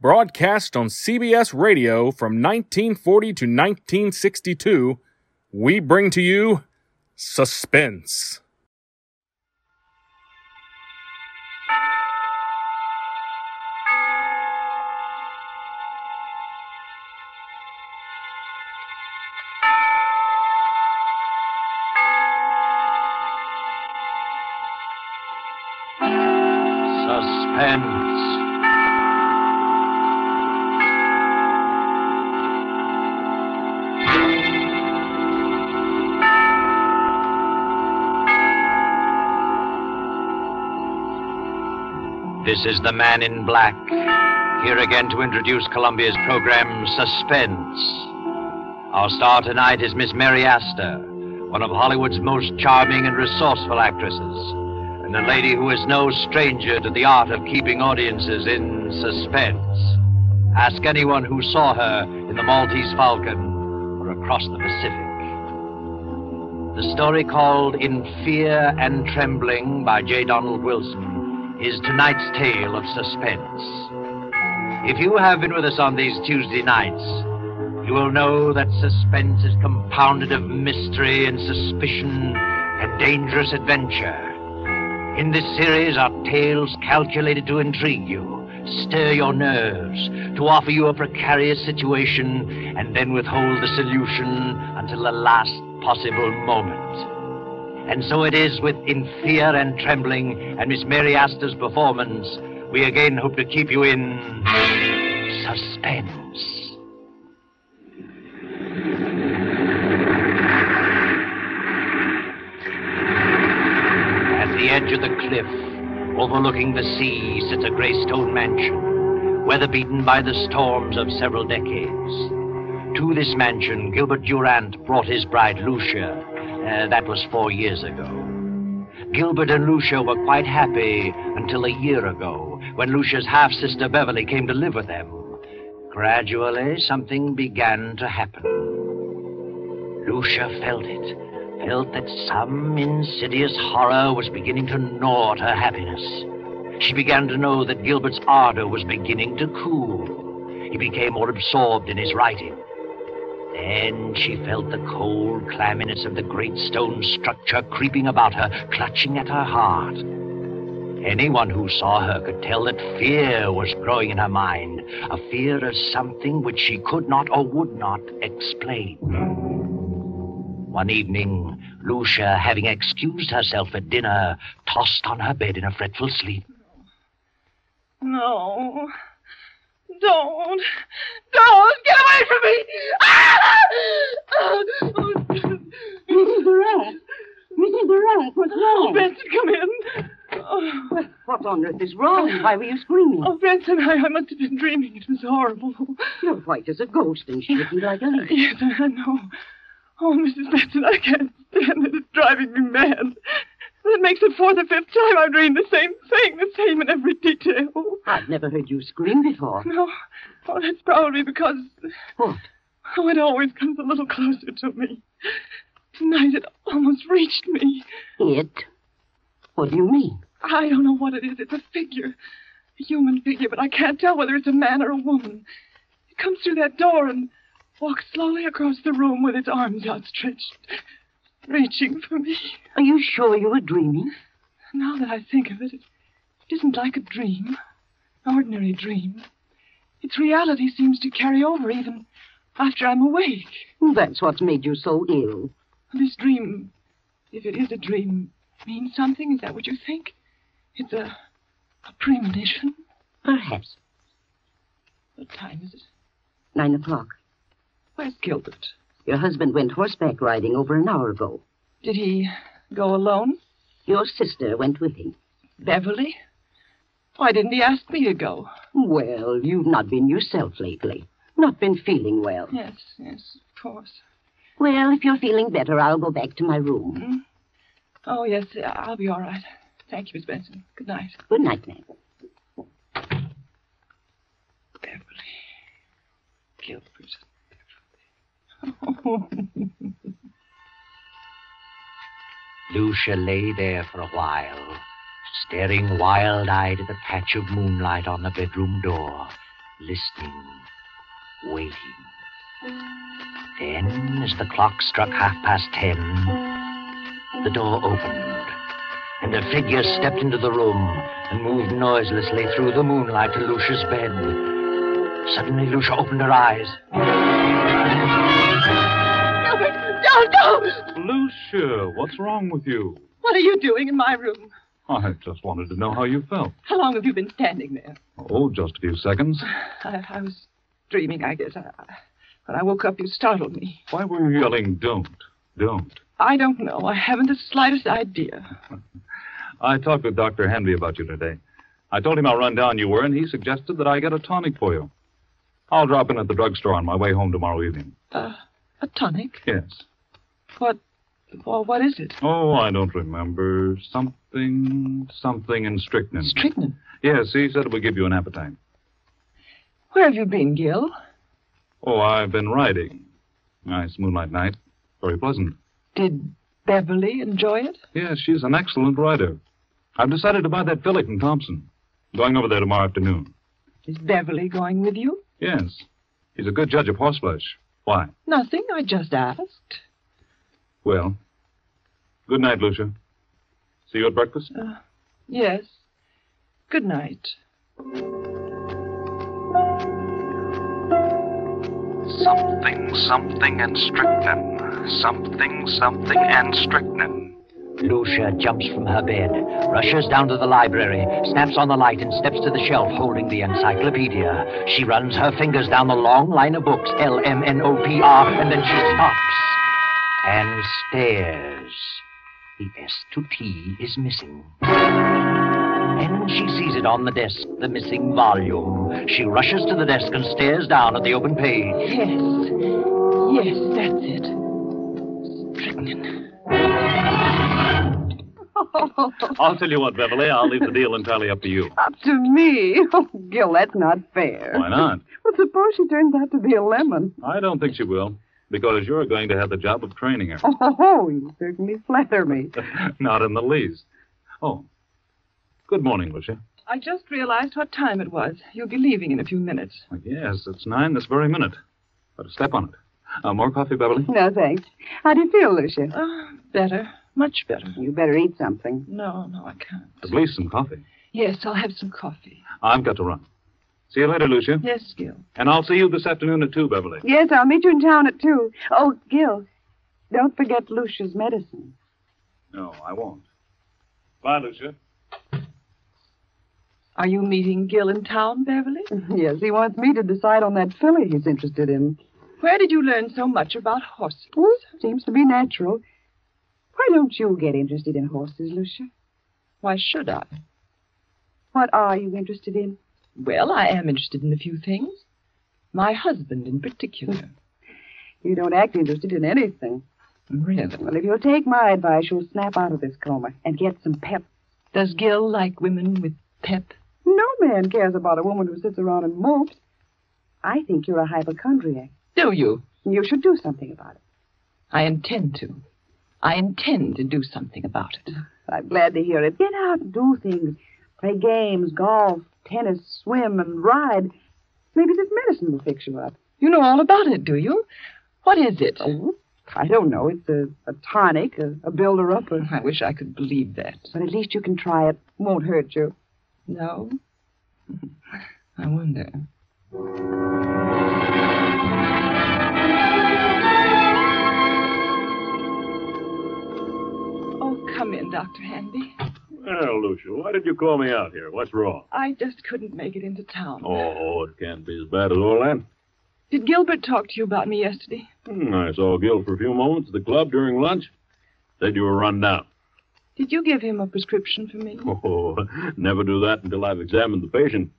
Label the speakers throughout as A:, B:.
A: broadcast on CBS Radio from 1940 to 1962, we bring to you Suspense.
B: Suspense. This is the man in black, here again to introduce Columbia's program, Suspense. Our star tonight is Miss Mary Astor, one of Hollywood's most charming and resourceful actresses, and a lady who is no stranger to the art of keeping audiences in suspense. Ask anyone who saw her in the Maltese Falcon or across the Pacific. The story called In Fear and Trembling by J. Donald Wilson is tonight's tale of suspense. If you have been with us on these Tuesday nights, you will know that suspense is compounded of mystery and suspicion and dangerous adventure. In this series are tales calculated to intrigue you, stir your nerves, to offer you a precarious situation, and then withhold the solution until the last possible moment. And so it is with In Fear and Trembling and Miss Mary Astor's performance, we again hope to keep you in suspense. At the edge of the cliff, overlooking the sea, sits a gray stone mansion, weather beaten by the storms of several decades. To this mansion, Gilbert Durant brought his bride, Lucia. Uh, that was four years ago. Gilbert and Lucia were quite happy until a year ago, when Lucia's half sister Beverly came to live with them. Gradually, something began to happen. Lucia felt it. Felt that some insidious horror was beginning to gnaw at her happiness. She began to know that Gilbert's ardor was beginning to cool. He became more absorbed in his writing. Then she felt the cold clamminess of the great stone structure creeping about her, clutching at her heart. Anyone who saw her could tell that fear was growing in her mind, a fear of something which she could not or would not explain. One evening, Lucia, having excused herself at dinner, tossed on her bed in a fretful sleep.
C: No. Don't. Don't. Get away from me. Ah!
D: Mrs. Barrett. Mrs. Barrett, what's
C: Oh,
D: wrong?
C: Benson, come in. Oh,
D: What on earth is wrong? Why were you screaming?
C: oh Benson, I, I must have been dreaming. It was horrible.
D: You're white as a ghost, and shaking like a leaf.
C: Yes, I know. Oh, Mrs. Benson, I can't stand it. It's driving me mad. That makes it fourth or fifth time I've dreamed the same thing, the same in every detail.
D: I've never heard you scream before.
C: No. Oh, that's probably because
D: What?
C: oh, it always comes a little closer to me. Tonight it almost reached me.
D: It? What do you mean?
C: I don't know what it is. It's a figure, a human figure, but I can't tell whether it's a man or a woman. It comes through that door and walks slowly across the room with its arms outstretched, reaching for me.
D: Are you sure you were dreaming?
C: Now that I think of it, it isn't like a dream, an ordinary dream. Its reality seems to carry over even after I'm awake.
D: That's what's made you so ill.
C: This dream, if it is a dream, means something. Is that what you think? It's a, a premonition.
D: Perhaps.
C: What time is it?
D: Nine o'clock.
C: Where's Gilbert?
D: Your husband went horseback riding over an hour ago.
C: Did he go alone?
D: Your sister went with him.
C: Beverly? Why didn't he ask me to go?
D: Well, you've not been yourself lately. Not been feeling well.
C: Yes, yes, of course.
D: Well, if you're feeling better, I'll go back to my room.
C: Oh, yes, I'll be all right. Thank you, Miss Benson. Good night.
D: Good night, ma'am.
C: Beverly. Gilbert. Beverly.
B: Lucia lay there for a while, staring wild eyed at the patch of moonlight on the bedroom door, listening, waiting. Then, as the clock struck half past ten, the door opened, and a figure stepped into the room and moved noiselessly through the moonlight to Lucia's bed. Suddenly, Lucia opened her eyes.
C: Gilbert, don't go!
E: Lucia, what's wrong with you?
C: What are you doing in my room?
E: I just wanted to know how you felt.
C: How long have you been standing there?
E: Oh, just a few seconds.
C: I, I was dreaming, I guess. I, I- when I woke up, you startled me.
E: Why were you yelling, don't, don't?
C: I don't know. I haven't the slightest idea.
E: I talked with Dr. Hanby about you today. I told him how run down you were, and he suggested that I get a tonic for you. I'll drop in at the drugstore on my way home tomorrow evening.
C: Uh, a tonic?
E: Yes.
C: What? Well, what is it?
E: Oh, I don't remember. Something, something in strychnine.
C: Strychnine.
E: yes, he said it would give you an appetite.
C: Where have you been, Gil?
E: Oh, I've been riding. Nice moonlight night. Very pleasant.
C: Did Beverly enjoy it?
E: Yes, she's an excellent rider. I've decided to buy that filly from Thompson. Going over there tomorrow afternoon.
C: Is Beverly going with you?
E: Yes. He's a good judge of horseflesh. Why?
C: Nothing. I just asked.
E: Well, good night, Lucia. See you at breakfast?
F: Uh,
C: Yes. Good night.
F: Something, something, and strychnine. Something, something, and strychnine.
B: Lucia jumps from her bed, rushes down to the library, snaps on the light, and steps to the shelf holding the encyclopedia. She runs her fingers down the long line of books, L M N O P R, and then she stops and stares. The S to P is missing. Then she sees it on the desk, the missing volume. She rushes to the desk and stares down at the open page.
C: Yes. Yes, that's it. Strychnine.
E: I'll tell you what, Beverly. I'll leave the deal entirely up to you.
G: Up to me? Oh, Gil, that's not fair.
E: Why not?
G: Well, suppose she turns out to be a lemon.
E: I don't think she will, because you're going to have the job of training her.
G: Oh, ho, ho, you certainly flatter me.
E: not in the least. Oh. Good morning, Lucia.
C: I just realized what time it was. You'll be leaving in a few minutes.
E: Yes, it's nine this very minute. Better step on it. Uh, more coffee, Beverly?
G: No, thanks. How do you feel, Lucia?
C: Ah, better. Much better.
G: You better eat something.
C: No, no, I can't.
E: At least some coffee.
C: Yes, I'll have some coffee.
E: I've got to run. See you later, Lucia.
C: Yes, Gil.
E: And I'll see you this afternoon at 2, Beverly.
G: Yes, I'll meet you in town at two. Oh, Gil, don't forget Lucia's medicine.
E: No, I won't. Bye, Lucia.
C: Are you meeting Gil in town, Beverly?
G: Yes, he wants me to decide on that filly he's interested in.
C: Where did you learn so much about horses?
G: Well, seems to be natural. Why don't you get interested in horses, Lucia?
C: Why should I?
G: What are you interested in?
C: Well, I am interested in a few things. My husband in particular.
G: You don't act interested in anything.
C: Really?
G: Well, if you'll take my advice, you'll snap out of this coma and get some pep.
C: Does Gil like women with pep?
G: No man cares about a woman who sits around and mopes. I think you're a hypochondriac.
C: Do you?
G: You should do something about it.
C: I intend to. I intend to do something about it.
G: I'm glad to hear it. Get out and do things. Play games, golf, tennis, swim, and ride. Maybe this medicine will fix you up. Oh,
C: You know all about it, do you? What is it?
G: I don't know. It's a, a tonic, a, a builder-upper.
C: I wish I could believe that.
G: But at least you can try it. Won't hurt you.
C: No? I wonder. Oh, come in, Dr. Handy.
E: Well, Lucia, why did you call me out here? What's wrong?
C: I just couldn't make it into town.
E: Oh, it can't be as bad as all that.
C: Did Gilbert talk to you about me yesterday?
E: Hmm, I saw Gil for a few moments at the club during lunch. Said you were run down.
C: Did you give him a prescription for me?
H: Oh, never do that until I've examined the patient.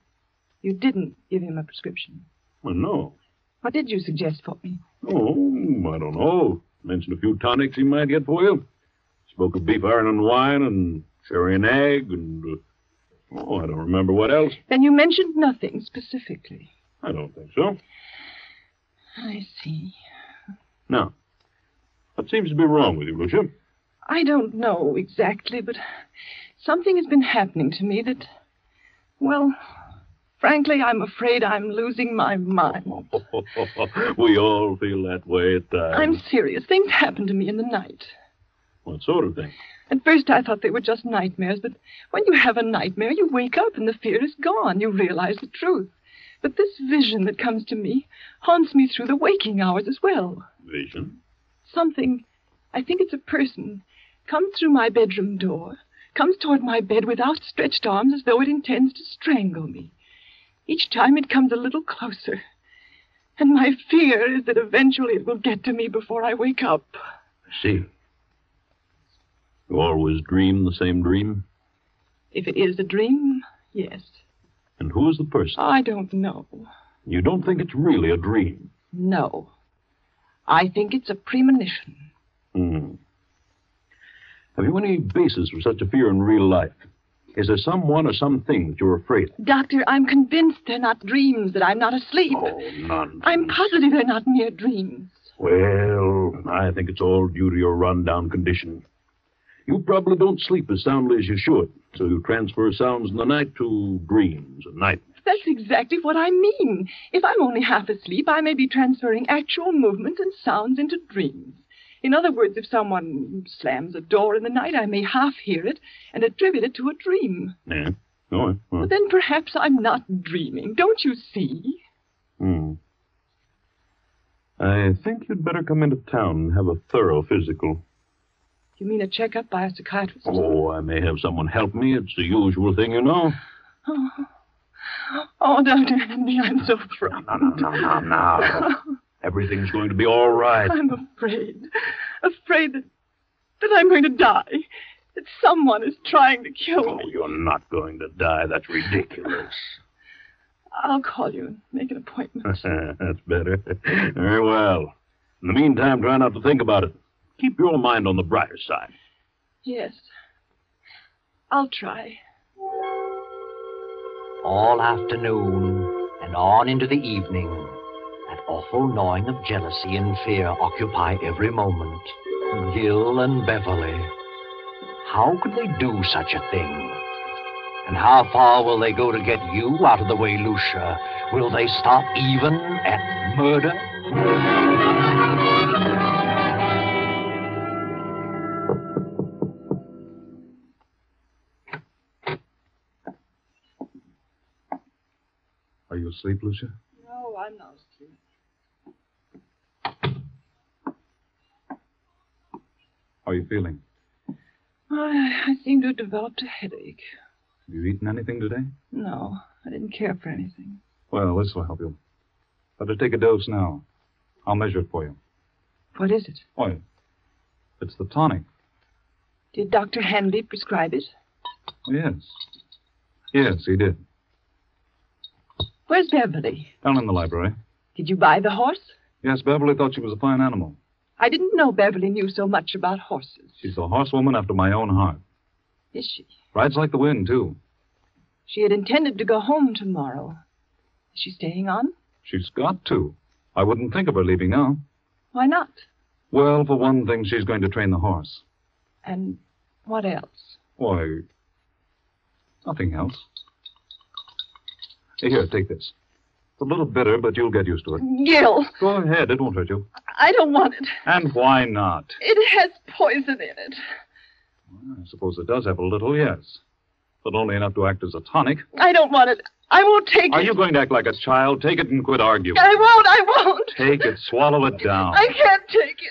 C: You didn't give him a prescription.
H: Well, no.
C: What did you suggest for me?
H: Oh, I don't know. Mentioned a few tonics he might get for you. Spoke of beef iron and wine and sherry and egg and. Uh, oh, I don't remember what else.
C: Then you mentioned nothing specifically.
H: I don't think so.
C: I see.
H: Now, what seems to be wrong with you, Lucia?
C: I don't know exactly, but something has been happening to me that, well, frankly, I'm afraid I'm losing my mind.
H: we all feel that way at times.
C: I'm serious. Things happen to me in the night.
H: What sort of thing?
C: At first, I thought they were just nightmares, but when you have a nightmare, you wake up and the fear is gone. You realize the truth. But this vision that comes to me haunts me through the waking hours as well.
H: Vision?
C: Something, I think it's a person, comes through my bedroom door, comes toward my bed with outstretched arms as though it intends to strangle me. Each time it comes a little closer. And my fear is that eventually it will get to me before I wake up.
H: I see. You always dream the same dream?
C: If it is a dream, yes.
H: And who is the person?
C: I don't know.
H: You don't think it's really a dream?
C: No. I think it's a premonition.
H: Hmm. Have you any basis for such a fear in real life? Is there someone or something that you're afraid of?
C: Doctor, I'm convinced they're not dreams, that I'm not asleep.
H: Oh, nonsense.
C: I'm positive they're not mere dreams.
H: Well, I think it's all due to your rundown condition. You probably don't sleep as soundly as you should, so you transfer sounds in the night to dreams and nightmares.
C: That's exactly what I mean. If I'm only half asleep, I may be transferring actual movement and sounds into dreams. In other words, if someone slams a door in the night, I may half hear it and attribute it to a dream.
H: Yeah. Go on. Go on.
C: But then perhaps I'm not dreaming, don't you see?
H: Hmm. I think you'd better come into town and have a thorough physical.
C: You mean a checkup by a psychiatrist?
H: Oh, I may have someone help me. It's the usual thing, you know.
C: Oh, oh Dr. Henry, I'm so frightened.
H: No, no, no, no, no. Everything's going to be all right.
C: I'm afraid. Afraid that, that I'm going to die. That someone is trying to kill
H: Oh,
C: me.
H: you're not going to die. That's ridiculous.
C: I'll call you and make an appointment.
H: That's better. Very well. In the meantime, try not to think about it. Keep your mind on the brighter side.
C: yes. I'll try.
B: All afternoon and on into the evening, that awful gnawing of jealousy and fear occupy every moment. Gill and Beverly. How could they do such a thing? And how far will they go to get you out of the way, Lucia? Will they stop even at murder?
E: Are you asleep, Lucia?
C: No, I'm not asleep.
E: How are you feeling?
C: I, I seem to have developed a headache.
E: Have you eaten anything today?
C: No, I didn't care for anything.
E: Well, this will help you. Better take a dose now. I'll measure it for you.
C: What is it?
E: Oh, it's the tonic.
C: Did Dr. Hanby prescribe it?
E: Yes. Yes, he did.
C: Where's Beverly?
E: Down in the library.
C: Did you buy the horse?
E: Yes, Beverly thought she was a fine animal.
C: I didn't know Beverly knew so much about horses.
E: She's a horsewoman after my own heart.
C: Is she?
E: Rides like the wind, too.
C: She had intended to go home tomorrow. Is she staying on?
E: She's got to. I wouldn't think of her leaving now.
C: Why not?
E: Well, for one thing, she's going to train the horse.
C: And what else?
E: Why, nothing else. Here, take this. It's a little bitter, but you'll get used to it.
C: Gil,
E: Go ahead, it won't hurt you.
C: I don't want it.
E: And why not?
C: It has poison in it.
E: I suppose it does have a little, yes. But only enough to act as a tonic.
C: I don't want it. I won't take
E: Are
C: it.
E: you going to act like a child? Take it and quit arguing.
C: I won't. I won't.
E: Take it, swallow it down.
C: I can't take it.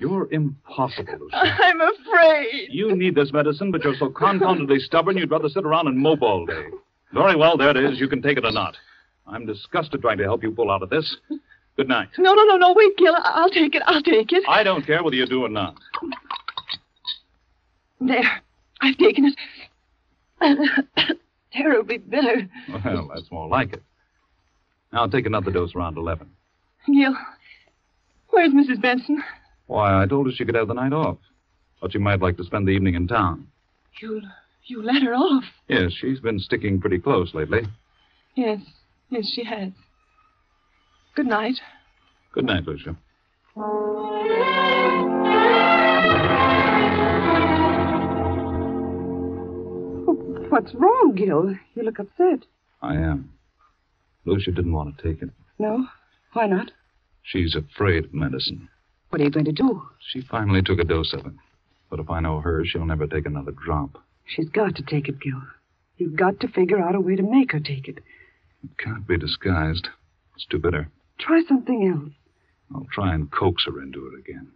E: You're impossible, Lucy.
C: I'm afraid.
E: You need this medicine, but you're so confoundedly stubborn you'd rather sit around and mope all day. Very well, there it is. You can take it or not. I'm disgusted trying to help you pull out of this. Good night.
C: No, no, no, no. Wait, Gil. I- I'll take it. I'll take it.
E: I don't care whether you do or not.
C: There, I've taken it. Terribly bitter.
E: Well, that's more like it. Now take another dose around 11.
C: Gil, where's Mrs. Benson?
E: Why, I told her she could have the night off. But she might like to spend the evening in town.
C: You, you let her off.
E: Yes, she's been sticking pretty close lately.
C: Yes, yes, she has. Good night.
E: Good night, Lucia.
G: What's wrong, Gil? You look upset.
E: I am. Lucia didn't want to take it.
G: No? Why not?
E: She's afraid of medicine.
G: What are you going to do?
E: She finally took a dose of it. But if I know her, she'll never take another drop.
G: She's got to take it, Gil. You've got to figure out a way to make her take it.
E: It can't be disguised. It's too bitter.
G: Try something else.
E: I'll try and coax her into it again.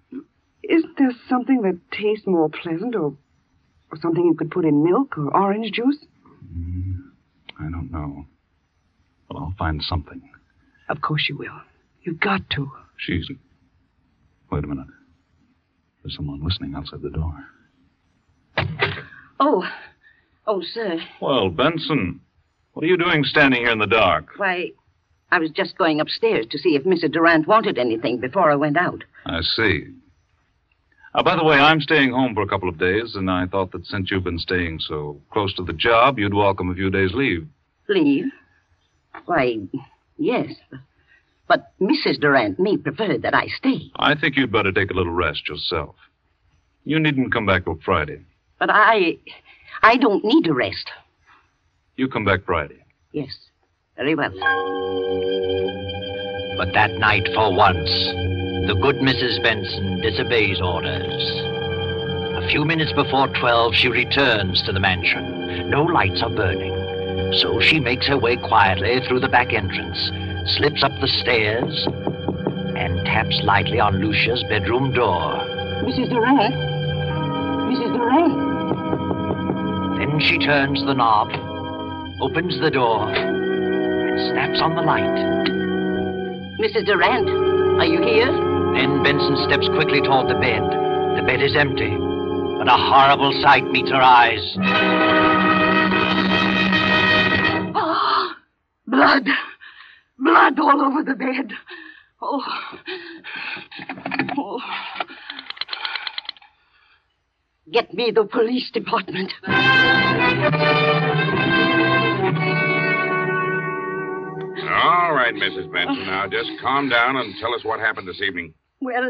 G: Isn't there something that tastes more pleasant or, or something you could put in milk or orange juice?
E: I don't know. But I'll find something.
G: Of course you will. You've got to.
E: She's. Wait a minute. There's someone listening outside the door.
D: Oh, oh, sir.
E: Well, Benson, what are you doing standing here in the dark?
D: Why, I was just going upstairs to see if Mr. Durant wanted anything before I went out.
E: I see. Uh, by the way, I'm staying home for a couple of days, and I thought that since you've been staying so close to the job, you'd welcome a few days' leave.
D: Leave? Why, yes. But Mrs. Durant may prefer that I stay.
E: I think you'd better take a little rest yourself. You needn't come back till Friday.
D: But I. I don't need a rest.
E: You come back Friday.
D: Yes. Very well.
B: But that night, for once, the good Mrs. Benson disobeys orders. A few minutes before 12, she returns to the mansion. No lights are burning. So she makes her way quietly through the back entrance, slips up the stairs,
I: Uh,
B: and taps lightly on Lucia's bedroom door.
D: Mrs. Durant? Mrs. Durant?
B: Then she turns the knob, opens the door, and snaps on the light.
D: Mrs. Durant, are you here?
B: Then Benson steps quickly toward the bed. The bed is empty, but a horrible sight meets her eyes.
D: Blood. Blood all over the bed. Oh. oh. Get me the police department.
I: All right, Mrs. Benson. Now just calm down and tell us what happened this evening.
D: Well,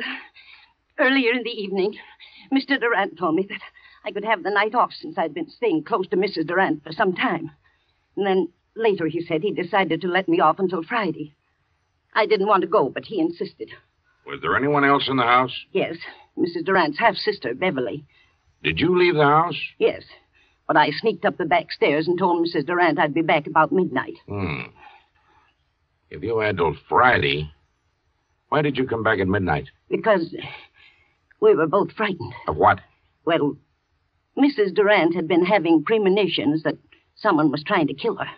D: earlier in the evening, Mr. Durant told me that I could have the night off since I'd been staying close to Mrs. Durant for some time. And then later he said he decided to let me off until Friday. I didn't want to go, but he insisted.
I: Was there anyone else in the house?
D: Yes, Mrs. Durant's half sister, Beverly.
I: Did you leave the house?
D: Yes. But I sneaked up the back stairs and told Mrs. Durant I'd be back about midnight.
I: Hmm. If you had till Friday, why did you come back at midnight?
D: Because we were both frightened.
I: Of what?
D: Well, Mrs. Durant had been having premonitions that someone was trying to kill her.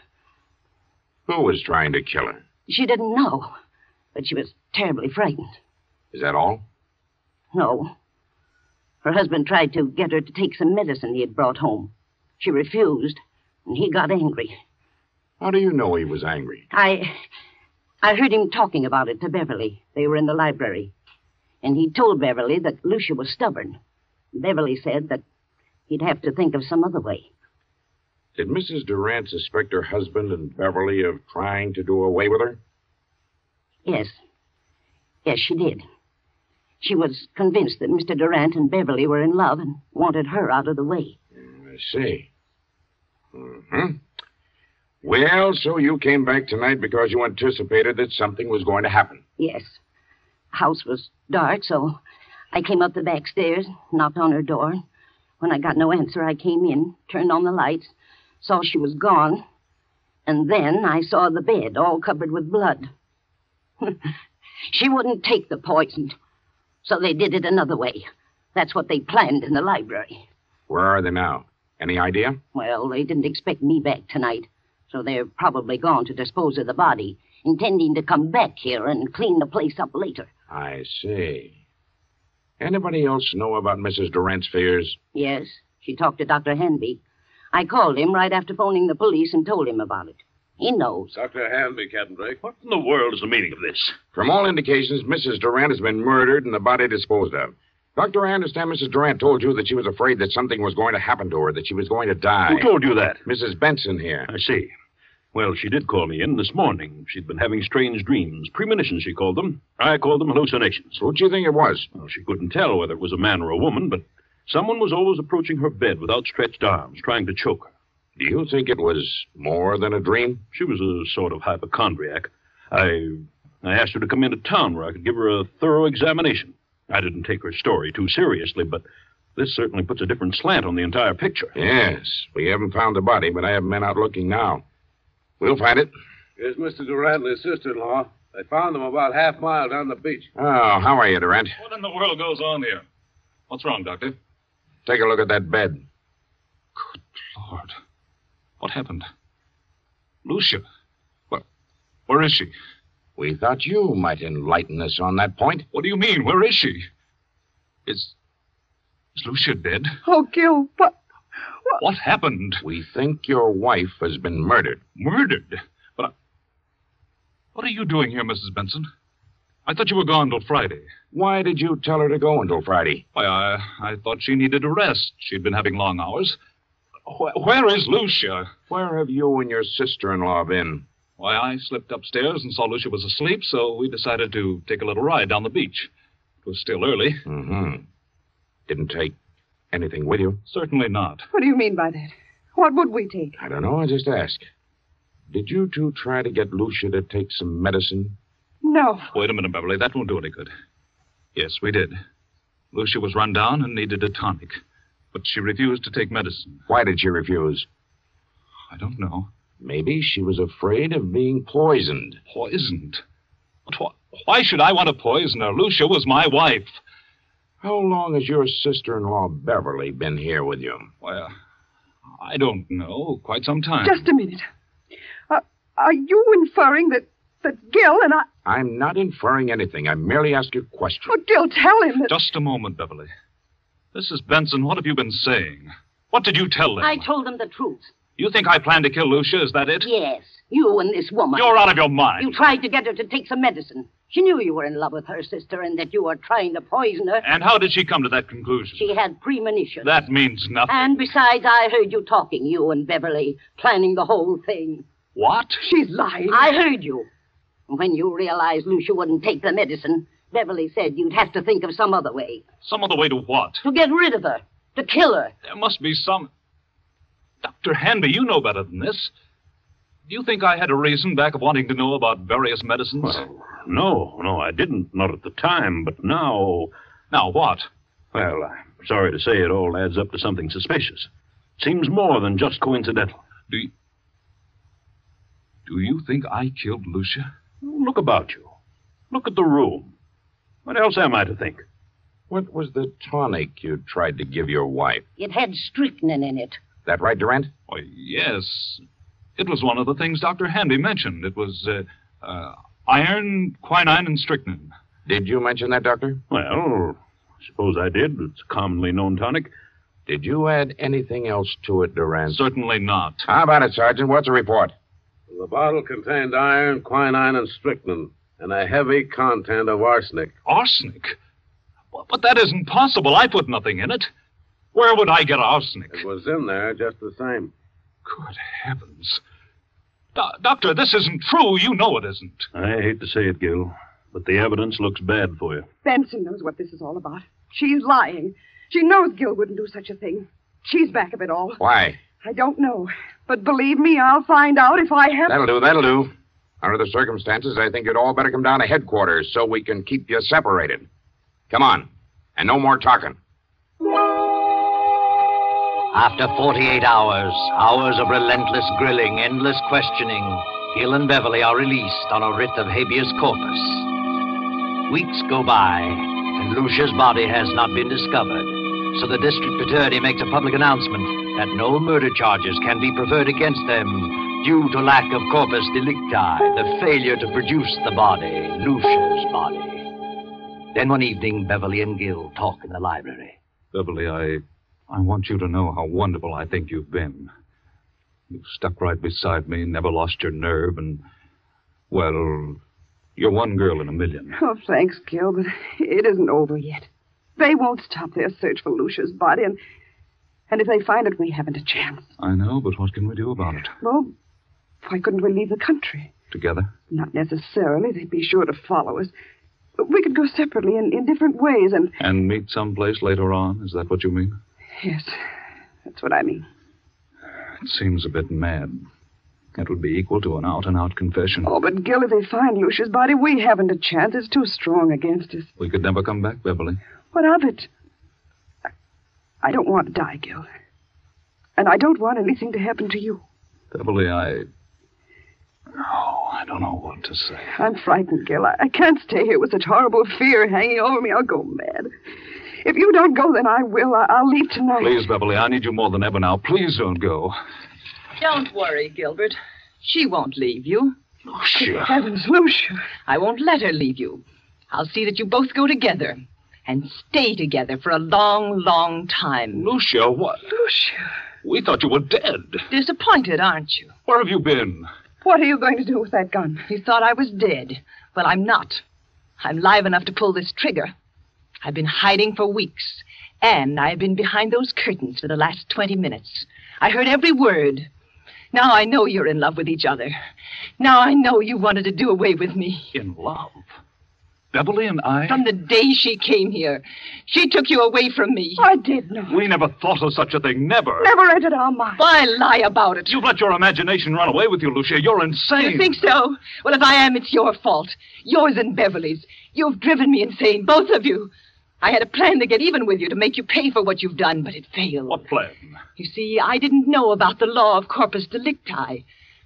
I: Who was trying to kill her?
D: She didn't know, but she was terribly frightened.
I: Is that all?
D: No. Her husband tried to get her to take some medicine he had brought home. She refused, and he got angry.
I: How do you know he was angry?
D: I I heard him talking about it to Beverly. They were in the library. And he told Beverly that Lucia was stubborn. Beverly said that he'd have to think of some other way.
I: Did Mrs. Durant suspect her husband and Beverly of trying to do away with her?
D: Yes. Yes, she did. She was convinced that Mr. Durant and Beverly were in love and wanted her out of the way.
I: I see. hmm Well, so you came back tonight because you anticipated that something was going to happen.
D: Yes. House was dark, so I came up the back stairs, knocked on her door. When I got no answer, I came in, turned on the lights, saw she was gone, and then I saw the bed all covered with blood. she wouldn't take the poison, so they did it another way. That's what they planned in the library.
I: Where are they now? Any idea?
D: Well, they didn't expect me back tonight, so they're probably gone to dispose of the body, intending to come back here and clean the place up later.
I: I see. Anybody else know about Mrs. Durant's fears?
D: Yes, She talked to Dr. Hanby. I called him right after phoning the police and told him about it. He knows.
H: Dr. Hanby, Captain Drake, what in the world is the meaning of this?
I: From all indications, Mrs. Durant has been murdered and the body disposed of. Doctor, I understand Mrs. Durant told you that she was afraid that something was going to happen to her, that she was going to die.
H: Who told you that?
I: Mrs. Benson here.
H: I see. Well, she did call me in this morning. She'd been having strange dreams, premonitions, she called them. I called them hallucinations.
I: What do you think it was?
H: Well, she couldn't tell whether it was a man or a woman, but someone was always approaching her bed with outstretched arms, trying to choke her.
I: Do you think it was more than a dream?
H: She was a sort of hypochondriac. I I asked her to come into town where I could give her a thorough examination. I didn't take her story too seriously, but this certainly puts a different slant on the entire picture.
I: Yes. We haven't found the body, but I have men out looking now. We'll find it.
J: Here's Mr. Durant and his sister-in-law. They found them about half mile down the beach.
I: Oh, how are you, Durant?
E: What in the world goes on here? What's wrong, Doctor?
I: Take a look at that bed.
E: Good Lord. What happened? Lucia. Well, where is she?
I: We thought you might enlighten us on that point.
E: What do you mean? Where is she? Is. Is Lucia dead?
G: Oh, Gil, what?
E: What, what happened?
I: We think your wife has been murdered.
E: Murdered? But I... What are you doing here, Mrs. Benson? I thought you were gone till Friday.
I: Why did you tell her to go until Friday?
E: Why, I, I thought she needed a rest. She'd been having long hours. Wh- where is Lucia?
I: Where have you and your sister in law been?
E: Why, I slipped upstairs and saw Lucia was asleep, so we decided to take a little ride down the beach. It was still early.
I: Mm-hmm. Didn't take anything with you?
E: Certainly not.
G: What do you mean by that? What would we take?
I: I don't know. I just asked. Did you two try to get Lucia to take some medicine?
G: No.
E: Wait a minute, Beverly. That won't do any good. Yes, we did. Lucia was run down and needed a tonic, but she refused to take medicine.
I: Why did she refuse?
E: I don't know.
I: Maybe she was afraid of being poisoned.
E: Poisoned? But wh- why should I want to poison her? Lucia was my wife.
I: How long has your sister in law, Beverly, been here with you?
E: Well, I don't know. Quite some time.
G: Just a minute. Uh, are you inferring that, that Gil and I.
I: I'm not inferring anything. I merely ask you a question.
G: Oh, Gil, tell him that.
E: Just a moment, Beverly. Mrs. Benson, what have you been saying? What did you tell them?
D: I told them the truth.
E: You think I planned to kill Lucia? Is that it?
D: Yes. You and this woman.
E: You're out of your mind.
D: You tried to get her to take some medicine. She knew you were in love with her sister and that you were trying to poison her.
E: And how did she come to that conclusion?
D: She had premonitions.
E: That means nothing.
D: And besides, I heard you talking, you and Beverly, planning the whole thing.
E: What?
G: She's lying.
D: I heard you. When you realized Lucia wouldn't take the medicine, Beverly said you'd have to think of some other way.
E: Some other way to what?
D: To get rid of her. To kill her.
E: There must be some. Dr. Hanby, you know better than this. Do you think I had a reason back of wanting to know about various medicines?
H: Well, no, Oh, no, I didn't. Not at the time, but now.
E: Now what?
H: Well, I'm sorry to say it all adds up to something suspicious. Seems more than just coincidental.
E: Do you. Do you think I killed Lucia?
H: Look about you. Look at the room. What else am I to think?
I: What was the tonic you tried to give your wife?
D: It had strychnine in it.
I: That right, Durant?
E: Why, yes. It was one of the things Dr. Handy mentioned. It was uh, uh, iron, quinine, and strychnine.
I: Did you mention that, Doctor?
H: Well, I suppose I did. It's a commonly known tonic.
I: Did you add anything else to it, Durant?
E: Certainly not.
I: How about it, Sergeant? What's the report?
J: The bottle contained iron, quinine, and strychnine, and a heavy content of arsenic.
E: Arsenic? But that isn't possible. I put nothing in it. Where would I get arsenic?
J: It was in there just the same.
E: Good heavens. Do- doctor, this isn't true. You know it isn't.
H: I hate to say it, Gil, but the evidence looks bad for you.
G: Benson knows what this is all about. She's lying. She knows Gil wouldn't do such a thing. She's back of it all.
I: Why?
G: I don't know. But believe me, I'll find out if I have.
I: That'll do, that'll do. Under the circumstances, I think you'd all better come down to headquarters so we can keep you separated. Come on, and no more talking.
B: After 48 hours, hours of relentless grilling, endless questioning, Hill and Beverly are released on a writ of habeas corpus. Weeks go by, and Lucia's body has not been discovered, so the district attorney makes a public announcement that no murder charges can be preferred against them due to lack of corpus delicti, the failure to produce the body, Lucia's body. Then one evening, Beverly and Gill talk in the library.
E: Beverly, I I want you to know how wonderful I think you've been. You've stuck right beside me, never lost your nerve, and, well, you're one girl in a million.
G: Oh, thanks, Gil, but it isn't over yet. They won't stop their search for Lucia's body, and and if they find it, we haven't a chance.
E: I know, but what can we do about it?
G: Well, why couldn't we leave the country?
E: Together?
G: Not necessarily. They'd be sure to follow us. But we could go separately in, in different ways, and
E: And meet someplace later on? Is that what you mean?
G: yes, that's what I mean.
E: It seems a bit mad. It would be equal to an out and out confession.
G: Oh, but Gil, if they find Lucia's body, we haven't a chance. It's too strong against us.
E: We could never come back, Beverly.
G: What of it? I, I don't want to die, Gil. And I don't want anything to happen to you.
E: Beverly, I. Oh, I don't know what to say.
G: I'm frightened, Gil. I, I can't stay here with such horrible fear hanging over me. I'll go mad. If you don't go, then I will. I, I'll leave tonight.
E: Please, Beverly, I need you more than ever now. Please don't go.
K: Don't worry, Gilbert. She won't leave you.
H: Oh,
E: Lucia.
G: Heavens, Lucia.
K: I won't let her leave you. I'll see that you both go together and stay together for a long, long time.
H: Lucia, what?
G: Lucia.
H: We thought you were dead.
K: Disappointed, aren't you?
H: Where have you been?
G: What are you going to do with that gun?
K: You thought I was dead. Well, I'm not. I'm live enough to pull this trigger. I've been hiding for weeks, and I've been behind those curtains for the last 20 minutes. I heard every word. Now I know you're in love with each other. Now I know you wanted to do away with me.
H: In love? Beverly and I?
K: From the day she came here, she took you away from me.
G: I did not.
H: We never thought of such a thing, never.
G: Never entered our mind.
K: Why lie about it?
H: You've let your imagination run away with you, Lucia. You're insane.
K: You think so? Well, if I am, it's your fault. Yours and Beverly's. You've driven me insane, both of you. I had a plan to get even with you, to make you pay for what you've done, but it failed.
H: What plan?
K: You see, I didn't know about the law of corpus delicti,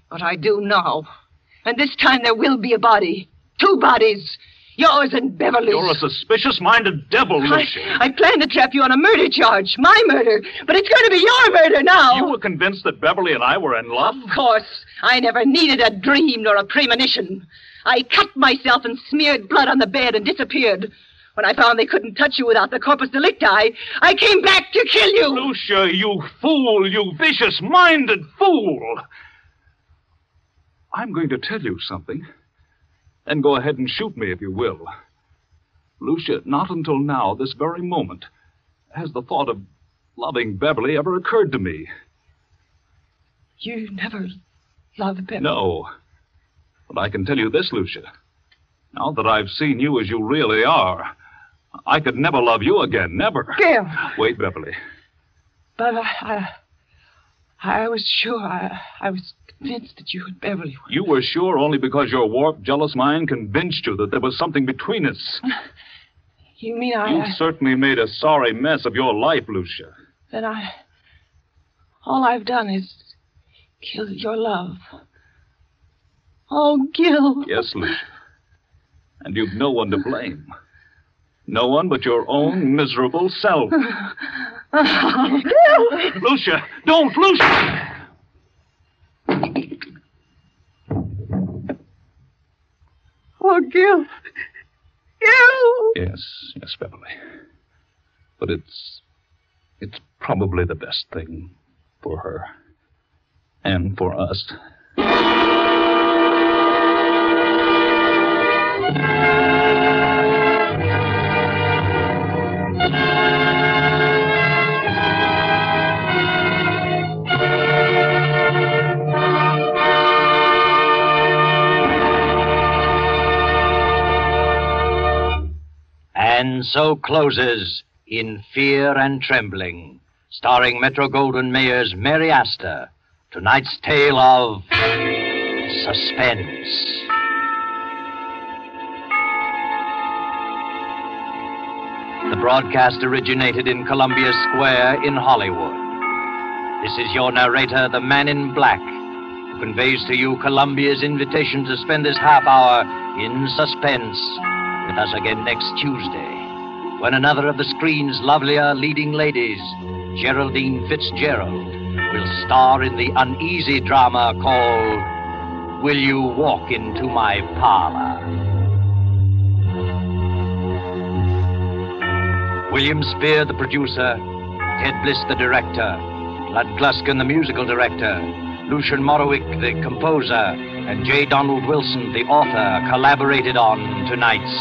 K: but I do now. And this time there will be a body. Two bodies. Yours and Beverly's.
H: You're a suspicious minded devil,
K: I,
H: Lucia.
K: I planned to trap you on a murder charge, my murder, but it's going to be your murder now.
H: You were convinced that Beverly and I were in love?
K: Of course, I never needed a dream nor a premonition. I cut myself and smeared blood on the bed and disappeared. When I found they couldn't touch you without the corpus delicti, I came back to kill you.
H: Lucia, you fool, you vicious minded fool.
E: I'm going to tell you something. Then go ahead and shoot me if you will. Lucia, not until now, this very moment, has the thought of loving Beverly ever occurred to me.
C: You never loved Beverly.
E: No. But I can tell you this, Lucia. Now that I've seen you as you really are, I could never love you again, never.
C: Gil.
E: Wait, Beverly.
C: But I, I, I was sure. I, I was convinced that you and Beverly were.
H: You were sure only because your warped, jealous mind convinced you that there was something between us.
C: You mean I?
H: You
C: I-
H: certainly made a sorry mess of your life, Lucia.
C: Then I. All I've done is kill your love. Oh, Gil.
H: Yes, Lucia. And you've no one to blame. No one but your own miserable self.
E: Oh,
H: Lucia, don't, Lucia!
G: Oh, Gil. Gil!
E: Yes, yes, Beverly. But it's. It's probably the best thing for her. And for us.
B: And so closes In Fear and Trembling, starring Metro Golden Mayer's Mary Astor. Tonight's tale of suspense. The broadcast originated in Columbia Square in Hollywood. This is your narrator, the man in black, who conveys to you Columbia's invitation to spend this half hour in suspense with us again next Tuesday, when another of the screen's lovelier leading ladies, Geraldine Fitzgerald, will star in the uneasy drama called Will You Walk Into My Parlor? William Spear, the producer, Ed Bliss, the director, Lud Gluskin, the musical director, Lucian Morowick, the composer, and J. Donald Wilson, the author, collaborated on tonight's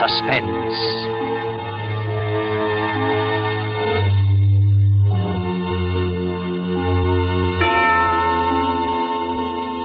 B: Suspense.